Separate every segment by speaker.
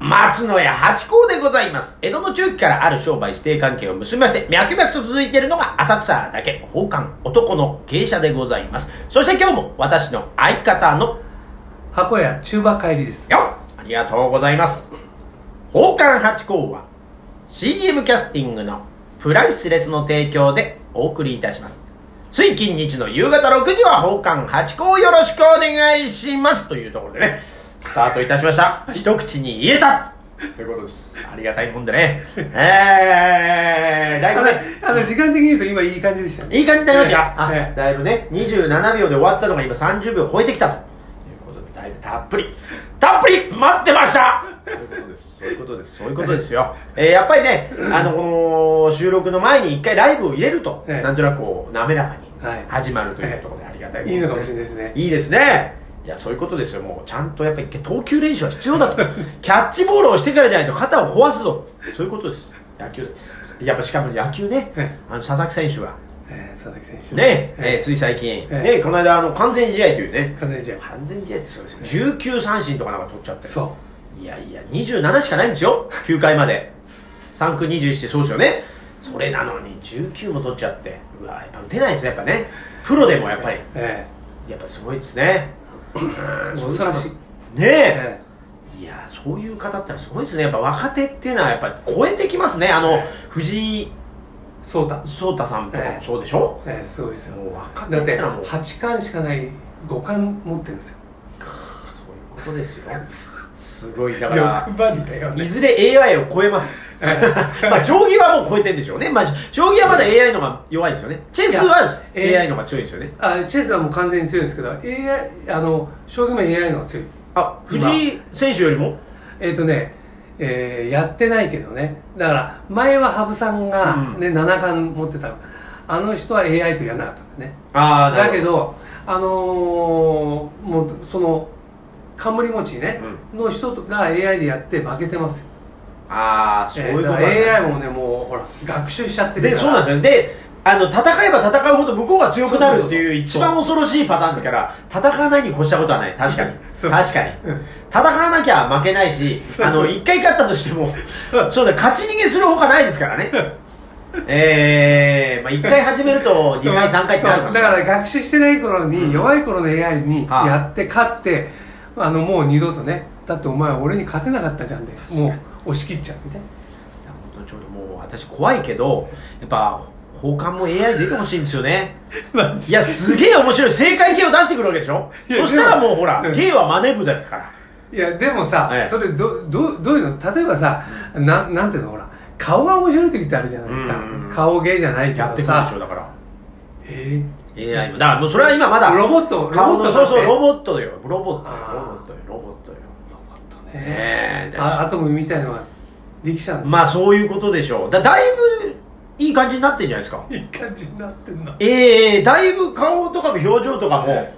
Speaker 1: 松野屋八甲でございます。江戸の中期からある商売指定関係を結びまして、脈々と続いているのが浅草だけ、宝冠男の芸者でございます。そして今日も私の相方の、
Speaker 2: 箱屋中馬帰りです
Speaker 1: よっありがとうございます。宝冠八甲は CM キャスティングのプライスレスの提供でお送りいたします。つい近日の夕方6時は宝冠八甲をよろしくお願いします。というところでね、スタートいたしました。一口に言えた
Speaker 2: ということです
Speaker 1: ありがたいもんでね。えー、だい
Speaker 2: あ
Speaker 1: ぶ
Speaker 2: の
Speaker 1: ね、
Speaker 2: あの時間的に言うと今いい感じでしたね
Speaker 1: いい感じになりましたか、
Speaker 2: えええ
Speaker 1: あ、だいぶね、27秒で終わったのが今30秒超えてきたと。いうことで、だいぶたっぷり、たっぷり待ってました
Speaker 2: そういうことです
Speaker 1: そういうことですよ。 えーやっぱりね、あの、この収録の前に一回ライブを入れると、
Speaker 2: ええ
Speaker 1: なんとなくこう、滑らかに
Speaker 2: はい
Speaker 1: 始まるというところでありがたい、
Speaker 2: いいのかもしれないですね
Speaker 1: いいですね。いや、そういうことですよ。もう、ちゃんとやっぱり投球練習は必要 だと。キャッチボールをしてからじゃないと肩を壊すぞ。そういうことです。野球、やっぱしかも野球ね
Speaker 2: ええ、
Speaker 1: あの、佐々木選手は、
Speaker 2: えー佐々木選手
Speaker 1: ね、えー
Speaker 2: え
Speaker 1: つい最近、
Speaker 2: ええ
Speaker 1: ね、この間、あの、完全試合というね
Speaker 2: ー、完全にじゃあ
Speaker 1: 完全試合ってそうですよね。19三振とかなんか取っちゃって。
Speaker 2: そ
Speaker 1: いやいや、27しかないんですよ、9回まで。3区21ってそうですよね。それなのに19も取っちゃって。うわ、やっぱ打てないですね、やっぱね。プロでもやっぱり
Speaker 2: う、え
Speaker 1: やっぱすごいですね。
Speaker 2: ー恐ろしい
Speaker 1: ねえ。
Speaker 2: え
Speaker 1: いや、そういう方ってのはすごいですね。やっぱ若手っていうのはやっぱ超えてきますね。あの、藤井
Speaker 2: ーそうだ
Speaker 1: 聡太さんとか
Speaker 2: え
Speaker 1: も
Speaker 2: え
Speaker 1: そうでしょ、
Speaker 2: えーすごいですよ
Speaker 1: もう若手
Speaker 2: だ
Speaker 1: っ
Speaker 2: ってて
Speaker 1: のはもう、そういう
Speaker 2: 八冠しかない五冠持ってるんですよ
Speaker 1: ことですよ。すごい、だか
Speaker 2: 欲
Speaker 1: ら。
Speaker 2: 張りだよ
Speaker 1: い
Speaker 2: ね
Speaker 1: ずれ AI を超えます。まあ、将棋はもう超えてんでしょうね。まあ、将棋はまだ AI のが弱いですよね。チェスは
Speaker 2: やえー
Speaker 1: AI のが強いですよね。
Speaker 2: あチェイスはもう完全に強いんですけど AI あの将棋も AI の方が強い
Speaker 1: あ、
Speaker 2: 今
Speaker 1: 藤井選手よりも
Speaker 2: えっ、とね、えーやってないけどねだから前は羽生さんが、ね七冠持ってたのあの人は AI とやらなかったんだよね
Speaker 1: あー
Speaker 2: だけ。どあのーもうその冠餅ね、の人が AI でやって負けてますよ
Speaker 1: ああ、そういうことなんだ
Speaker 2: えーだから AI もねもうほら学習しちゃってる
Speaker 1: で、そうなん
Speaker 2: で
Speaker 1: ですよね。で、あの、戦えば戦うほど向こうが強くなるっていう一
Speaker 2: そうそうそう
Speaker 1: 番恐ろしいパターンですから、戦わないに越したことはない。確かに。
Speaker 2: そ
Speaker 1: 確
Speaker 2: う
Speaker 1: かに
Speaker 2: うん。
Speaker 1: 戦わなきゃ負けないし、
Speaker 2: そう
Speaker 1: あ
Speaker 2: そう
Speaker 1: の、一回勝ったとしても、
Speaker 2: そう
Speaker 1: そうだ、勝ち逃げするほかないですからね。ええまあ一回始めると、二回、三回ってなるかも
Speaker 2: そう
Speaker 1: しれ
Speaker 2: だ
Speaker 1: ない
Speaker 2: から学習してない頃に、弱い頃の AI に
Speaker 1: はあ
Speaker 2: やって勝ってあのもう二度とねだってお前俺に勝てなかったじゃんで
Speaker 1: 確かに
Speaker 2: もう押し切っちゃうみたいない
Speaker 1: や本当にちょうどもう私怖いけどやっぱ奉還も AI 出てほしいんですよね
Speaker 2: マ
Speaker 1: いやすげえ面白い正解系を出してくるわけでしょ
Speaker 2: いや
Speaker 1: そしたらもうほら
Speaker 2: でもうん
Speaker 1: 芸は真似部ですから
Speaker 2: いやでもさ、
Speaker 1: ええ
Speaker 2: それどどどういうの例えばさななんていうのほら顔が面白い時ってあるじゃないですか、
Speaker 1: うんうんうん
Speaker 2: 顔芸じゃないけ
Speaker 1: やって
Speaker 2: ど
Speaker 1: くるでし
Speaker 2: さ
Speaker 1: ょだから
Speaker 2: え
Speaker 1: AI もだからもうそれは今まだ
Speaker 2: ロボット
Speaker 1: 顔の
Speaker 2: ロボットだ
Speaker 1: そう
Speaker 2: って
Speaker 1: そうロボットよロボットよ
Speaker 2: あー
Speaker 1: ロボットよロボットよ
Speaker 2: ーね
Speaker 1: ねえ
Speaker 2: あアトムみたいのができちゃうの
Speaker 1: まあそういうことでしょうだだいぶいい感じになってんじゃないですか
Speaker 2: いい感じになってんな
Speaker 1: ええだいぶ顔とかの表情とかも、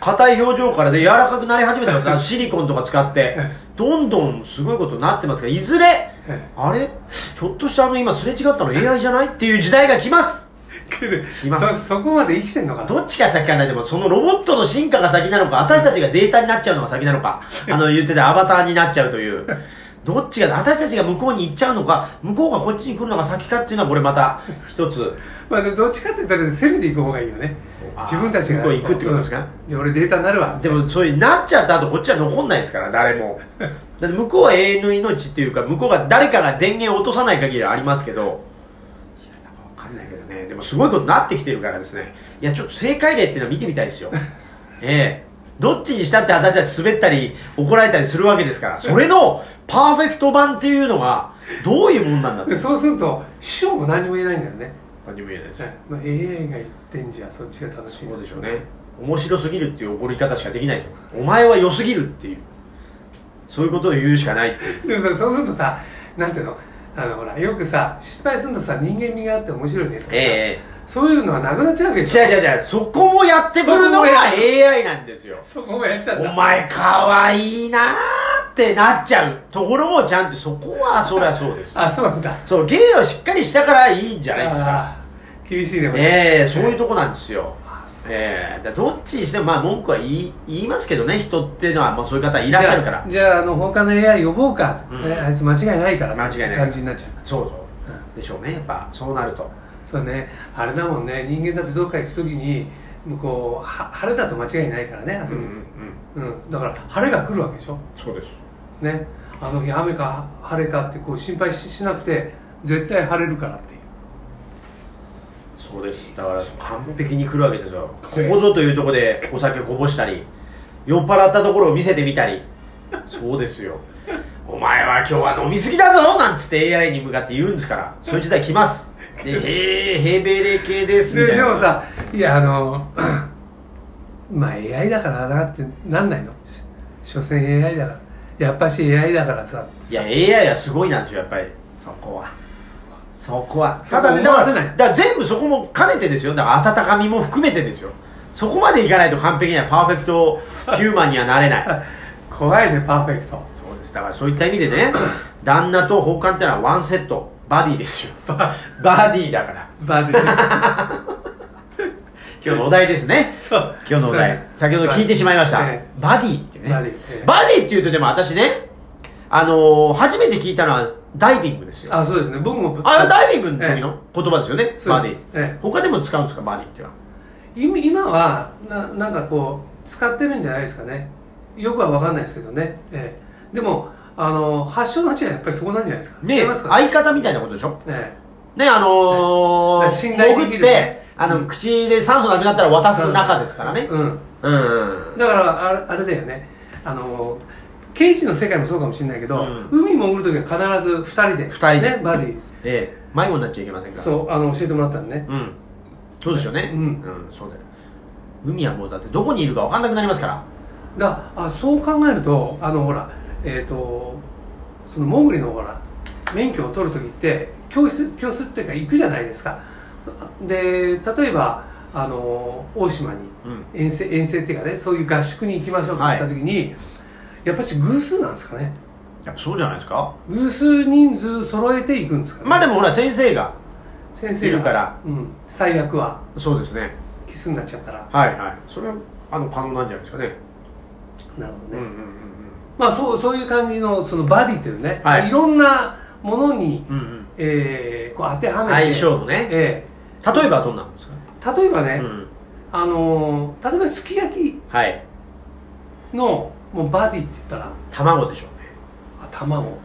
Speaker 1: 硬い表情からで柔らかくなり始めてます。あのシリコンとか使って、どんどんすごいことになってますから、いずれ、あれひょっとしてあの今すれ違ったの AI じゃないっていう時代が来ます
Speaker 2: 来る
Speaker 1: います
Speaker 2: そそこまで生きてんのかな
Speaker 1: どっちが先かなでも、そのロボットの進化が先なのか、私たちがデータになっちゃうのが先なのか、あの言ってたアバターになっちゃうという。どっちが、私たちが向こうに行っちゃうのか、向こうがこっちに来るのが先かっていうのは、これまた一つ。
Speaker 2: まあ、でもどっちかって言ったら攻めていく方がいいよね
Speaker 1: そう
Speaker 2: 自分たちが
Speaker 1: 向こう行くってことですか
Speaker 2: うんじゃあ俺データになるわ
Speaker 1: でもそういうなっちゃった後こっちは残んないですから誰もだって向こうは永遠の命っていうか向こうが誰かが電源を落とさない限りはありますけどいやなんかわかんないけどねでもすごいことになってきてるからですねいやちょっと正解例っていうのは見てみたいで すよええどっちにしたって私たち滑ったり怒られたりするわけですからそれのパーフェクト版っていうのはどういうもんなんだっ
Speaker 2: で
Speaker 1: て
Speaker 2: そうすると師匠も何も言えないんだよね、
Speaker 1: 何も言えないです
Speaker 2: はいまあ、AI が言ってんじゃそっちが楽しい
Speaker 1: そうでしょうね面白すぎるっていう怒り方しかできないですよお前は良すぎるっていうそういうことを言うしかないっていう
Speaker 2: でもさそうするとさなんていうのあのほらよくさ失敗するとさ人間味があって面白いねとかさ、
Speaker 1: え
Speaker 2: そういうのはなくなっちゃうわけ
Speaker 1: え
Speaker 2: でしょ
Speaker 1: 違う違う違うそこもやってくるのが
Speaker 2: そこもや
Speaker 1: AI なんですよ
Speaker 2: そこもやっちゃっ
Speaker 1: お
Speaker 2: た
Speaker 1: 前かわいいなーってなっちゃうところもちゃんとそこはそりゃそう ですよ
Speaker 2: あそうなんだ
Speaker 1: そう芸をしっかりしたからいいんじゃないですか
Speaker 2: あー厳しいねこれ
Speaker 1: ええそういうとこなんですよ
Speaker 2: あそ
Speaker 1: えー、だからどっちにしてもまあ文句は言い言いますけどね人っていうのはもうそういう方いらっしゃるから
Speaker 2: じゃあじゃああの他の AI 呼ぼうか、
Speaker 1: うん
Speaker 2: ねあいつ間違いないから
Speaker 1: 間違いない
Speaker 2: 感じになっちゃう
Speaker 1: そうそううでしょうねやっぱそうなると
Speaker 2: そうねあれだもんね人間だってどっか行く時に向こうは晴れだと間違いないからね遊びに、うんだから晴れが来るわけでしょ
Speaker 1: そうです
Speaker 2: ねあの日雨か晴れかってこう心配ししなくて絶対晴れるからっていう
Speaker 1: そうですだから完璧に来るわけですよここぞというところでお酒こぼしたり酔っ払ったところを見せてみたりそうですよお前は今日は飲みすぎだぞなんつって AI に向かって言うんですからそういう時代来ますで「へえヘベレ系です」みた
Speaker 2: で
Speaker 1: い
Speaker 2: で
Speaker 1: な
Speaker 2: もさいやあのまあ AI だからなってなんないのし所詮 AI だからやっぱし AI だからさ
Speaker 1: いや AI はすごいなんですよやっぱりそこはそこはただね
Speaker 2: そ
Speaker 1: だか
Speaker 2: こ思わ
Speaker 1: ら
Speaker 2: せない
Speaker 1: だから全部そこも兼ねてですよだから温かみも含めてですよそこまでいかないと完璧にはパーフェクトヒューマンにはなれない
Speaker 2: 怖いねパーフェクト
Speaker 1: そうですだからそういった意味で ね旦那と奉還ってのはワンセットバディです よバディだから
Speaker 2: バーディ
Speaker 1: 今日のお題ですね
Speaker 2: そう
Speaker 1: 今日のお題先ほど聞いてしまいました
Speaker 2: え
Speaker 1: バディってね
Speaker 2: バディええ
Speaker 1: バディっていうとでも私ねあのー初めて聞いたのはダイビングですよ
Speaker 2: あそうですね僕も
Speaker 1: あれはダイビングの時の言葉ですよね、
Speaker 2: す
Speaker 1: バディ、
Speaker 2: ええ
Speaker 1: 他でも使うんですかバディっては
Speaker 2: 今今はななんかこう使ってるんじゃないですかねよくは分かんないですけどね、ええ、でもあの発祥の地はやっぱりそこなんじゃないですか
Speaker 1: ね
Speaker 2: 違
Speaker 1: え
Speaker 2: いますかね
Speaker 1: 相方みたいなことでしょ
Speaker 2: え
Speaker 1: ねあのー
Speaker 2: はい信頼で
Speaker 1: 潜
Speaker 2: きる
Speaker 1: ってあの、
Speaker 2: うん
Speaker 1: 口で酸素なくなったら渡す中ですから
Speaker 2: え
Speaker 1: ね
Speaker 2: うん
Speaker 1: うん、うん、
Speaker 2: だからあれあれだよねあの刑事の世界もそうかもしれないけど、
Speaker 1: うん
Speaker 2: 海潜る時は必ず2人で
Speaker 1: 二人で
Speaker 2: ねバディ
Speaker 1: ええ迷子になっちゃいけませんから
Speaker 2: そうあの教えてもらったのね
Speaker 1: うんそうですよね
Speaker 2: うん
Speaker 1: そうだよ海はもうだってどこにいるか分かんなくなりますから
Speaker 2: だあそう考えるとあのほらえっ、とそのモグリのほら免許を取る時って教室教室っていうか行くじゃないですかで例えばあの大島に
Speaker 1: うん
Speaker 2: 遠征遠征っていうかねそういう合宿に行きましょうって言った時に、やっぱり偶数なんですかね
Speaker 1: やっぱそうじゃないですか
Speaker 2: 偶数人数揃えて行くんですかね
Speaker 1: まあでもほら先生が
Speaker 2: 先生
Speaker 1: い
Speaker 2: が
Speaker 1: るから
Speaker 2: うん、最悪は
Speaker 1: そうですね
Speaker 2: キスになっちゃったら
Speaker 1: はいはいそれはあの可能なんじゃないですかね
Speaker 2: なるほ
Speaker 1: う
Speaker 2: ど
Speaker 1: ん
Speaker 2: ね、
Speaker 1: うん
Speaker 2: まあそうそういう感じのそのバディというね、
Speaker 1: はい
Speaker 2: い、ろんなものに、
Speaker 1: うんうんうん
Speaker 2: えーこう当ては
Speaker 1: うん
Speaker 2: めて
Speaker 1: 相性のね
Speaker 2: え
Speaker 1: 例えばどんなんですか
Speaker 2: え例えばね、
Speaker 1: うん
Speaker 2: あのー例えばすき焼き
Speaker 1: はい
Speaker 2: のもうバディって言ったら
Speaker 1: 卵でしょうね
Speaker 2: あ卵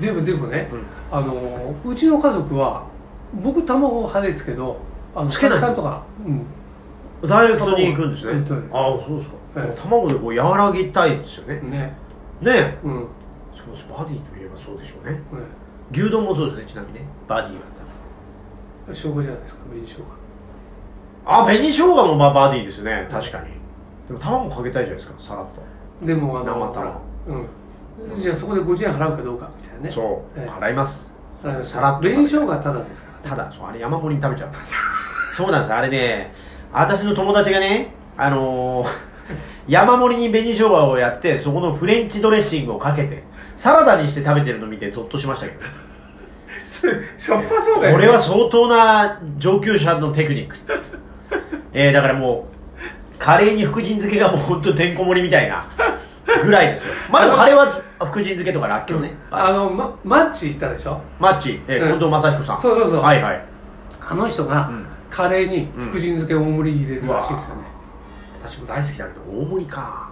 Speaker 2: でもでもね、
Speaker 1: うん
Speaker 2: あのーうちの家族は僕卵派ですけどあの
Speaker 1: つけない
Speaker 2: かみさんとか、うん、
Speaker 1: ダイレクトに行くんですね
Speaker 2: ダイレクトに
Speaker 1: ああそうですか、
Speaker 2: はい
Speaker 1: 卵でこう和らぎたいですよね
Speaker 2: ね
Speaker 1: ねえ
Speaker 2: うん、うん
Speaker 1: そうですバディといえばそうでしょうね牛丼もそうですねちなみにねバディは
Speaker 2: 証拠じゃないですか紅生姜
Speaker 1: あ紅生姜もまあバディですね確かにでも卵かけたいじゃないですかさらっと
Speaker 2: でもあの
Speaker 1: 生卵
Speaker 2: うん、じゃあそこで50円払うかどうかみたいなね
Speaker 1: そう
Speaker 2: ええ
Speaker 1: 払います
Speaker 2: 払います
Speaker 1: さらっと
Speaker 2: 紅生姜はただです から
Speaker 1: ただそうあれ山盛りに食べちゃう そうなんですあれね私の友達がねあのー 山盛りに紅生姜をやってそこのフレンチドレッシングをかけてサラダにして食べてるの見てゾッとしましたけど
Speaker 2: しょっぱそ
Speaker 1: これは相当な上級者のテクニック、 えー、だからもうカレーに福神漬けがもう本当てんこ盛りみたいなぐらいです よまあでもカレーは福神漬けとからっけどね、
Speaker 2: あの、ま、マッチ行ったでしょ
Speaker 1: マッチ、えー
Speaker 2: う
Speaker 1: 近
Speaker 2: ん
Speaker 1: 藤正彦さん
Speaker 2: そうそうそう
Speaker 1: はいはい
Speaker 2: あの人が
Speaker 1: うん
Speaker 2: カレーに福神漬け大盛り入れるらしいですよね、
Speaker 1: 私も大好きだけど大盛りか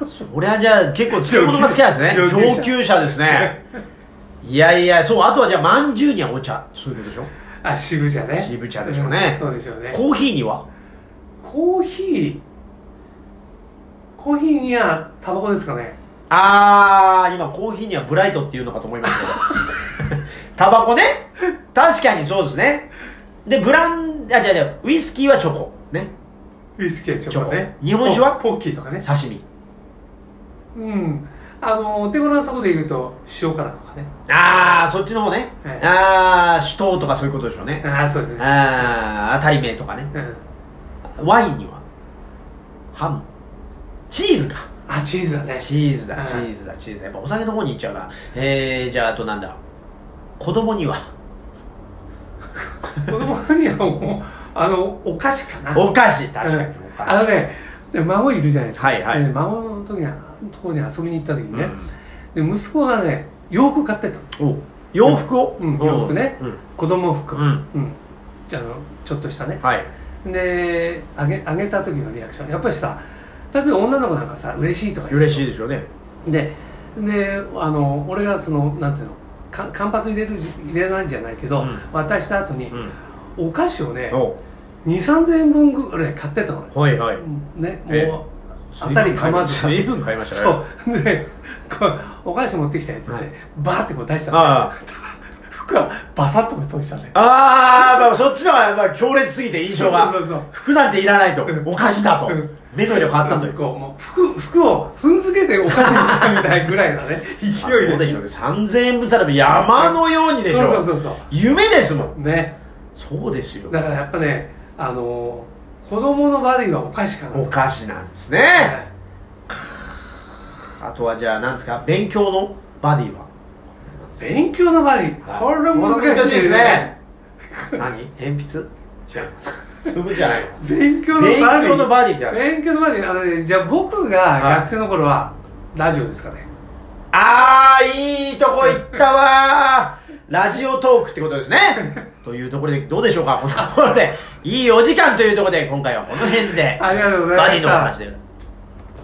Speaker 1: そりゃじゃあ結構強いものが好きなんですね
Speaker 2: 上級者
Speaker 1: 上級者です ねいやいやそうあとはじゃあまんじゅうにはお茶そういうことでしょ
Speaker 2: あ渋茶ね
Speaker 1: 渋茶でしょうね
Speaker 2: んそうでしょうね
Speaker 1: コーヒーには
Speaker 2: コーヒーコーヒーにはタバコですかね
Speaker 1: あー、今コーヒーにはブライトっていうのかと思いました けど。タバコね確かにそうですね。で、ブラン、あ、違う違う、ウイスキーはチョコ。ね。
Speaker 2: ウイスキーはチョコね
Speaker 1: チョコ日本酒は
Speaker 2: ポッキーとかね
Speaker 1: 刺身。
Speaker 2: うんあのお手頃なところで言うと塩辛とかね
Speaker 1: あー、そっちの方ね。
Speaker 2: はい
Speaker 1: あー、酒盗とかそういうことでしょうね。
Speaker 2: ああそうですね
Speaker 1: あー、当たり名とかね。
Speaker 2: うん
Speaker 1: ワインにはハム。チーズか。
Speaker 2: あチーズだね
Speaker 1: チーズ
Speaker 2: う
Speaker 1: だ、
Speaker 2: ん
Speaker 1: チーズだ、チーズだ。やっぱお酒の方に行っちゃうな。えー、じゃああとなんだ子供には。
Speaker 2: 子供にはもうあのお菓子かな
Speaker 1: おかしい確かにお
Speaker 2: あ
Speaker 1: か
Speaker 2: のねで孫いるじゃないですか、
Speaker 1: はいはい
Speaker 2: で孫の時にとこに遊びに行った時にね、
Speaker 1: し
Speaker 2: で息子がね洋服買ってたの
Speaker 1: い、お洋服を、
Speaker 2: うん洋服ね
Speaker 1: うん
Speaker 2: 子供服、
Speaker 1: うん
Speaker 2: じゃああのちょっとしたね
Speaker 1: はい
Speaker 2: であげあげた時のリアクションやっぱりさ例えば女の子なんかさ嬉しいとか言う
Speaker 1: 嬉しいでしょうね
Speaker 2: でであの俺がそのなんていうのか間髪入れるじ入れないんじゃないけど、
Speaker 1: うん
Speaker 2: 渡した後に
Speaker 1: う、ん
Speaker 2: お菓子をね
Speaker 1: お
Speaker 2: 2 3 0 0円分ぐらい買ってたのね
Speaker 1: はいはい
Speaker 2: ね
Speaker 1: え
Speaker 2: もう当たりかまず
Speaker 1: 随分買いましたね
Speaker 2: そうでこうお菓子持ってきたよって言って、
Speaker 1: は
Speaker 2: バーってこう出したの
Speaker 1: あ
Speaker 2: 服はバサッと閉じたね
Speaker 1: あああまあそっちの方がまあ強烈すぎて印象が
Speaker 2: そうそうそう
Speaker 1: 服なんていらないとお菓子だと
Speaker 2: うん
Speaker 1: 目の色変わったと
Speaker 2: う
Speaker 1: い
Speaker 2: ん
Speaker 1: う
Speaker 2: こうもう服服を踏んづけてお菓子にしたみたいぐらいのね
Speaker 1: あ
Speaker 2: 勢い
Speaker 1: そうでしょうね3000円分たら山のようにでしょ
Speaker 2: そうそうそう
Speaker 1: 夢ですもん
Speaker 2: そうね
Speaker 1: そうですよ
Speaker 2: だからやっぱねあのー子供のバディはお菓子かな
Speaker 1: お
Speaker 2: と
Speaker 1: 菓子なんですね、
Speaker 2: はい
Speaker 1: あとはじゃあ何ですか勉強のバディは
Speaker 2: 勉強のバディこれ難しいですね
Speaker 1: 何鉛筆 違うそうじゃない
Speaker 2: 勉強の
Speaker 1: 勉
Speaker 2: バディ
Speaker 1: 強のバディってある
Speaker 2: 勉強のバディあのねじゃあ僕が学生の頃はラジオですかね
Speaker 1: あーいいとこ行ったわ ーラジオトークってことですねというところでどうでしょうかこんなところでいいお時間というところで今回はこの辺で
Speaker 2: ありがとうござい
Speaker 1: バ
Speaker 2: ま
Speaker 1: ディ
Speaker 2: し
Speaker 1: の
Speaker 2: た
Speaker 1: 話で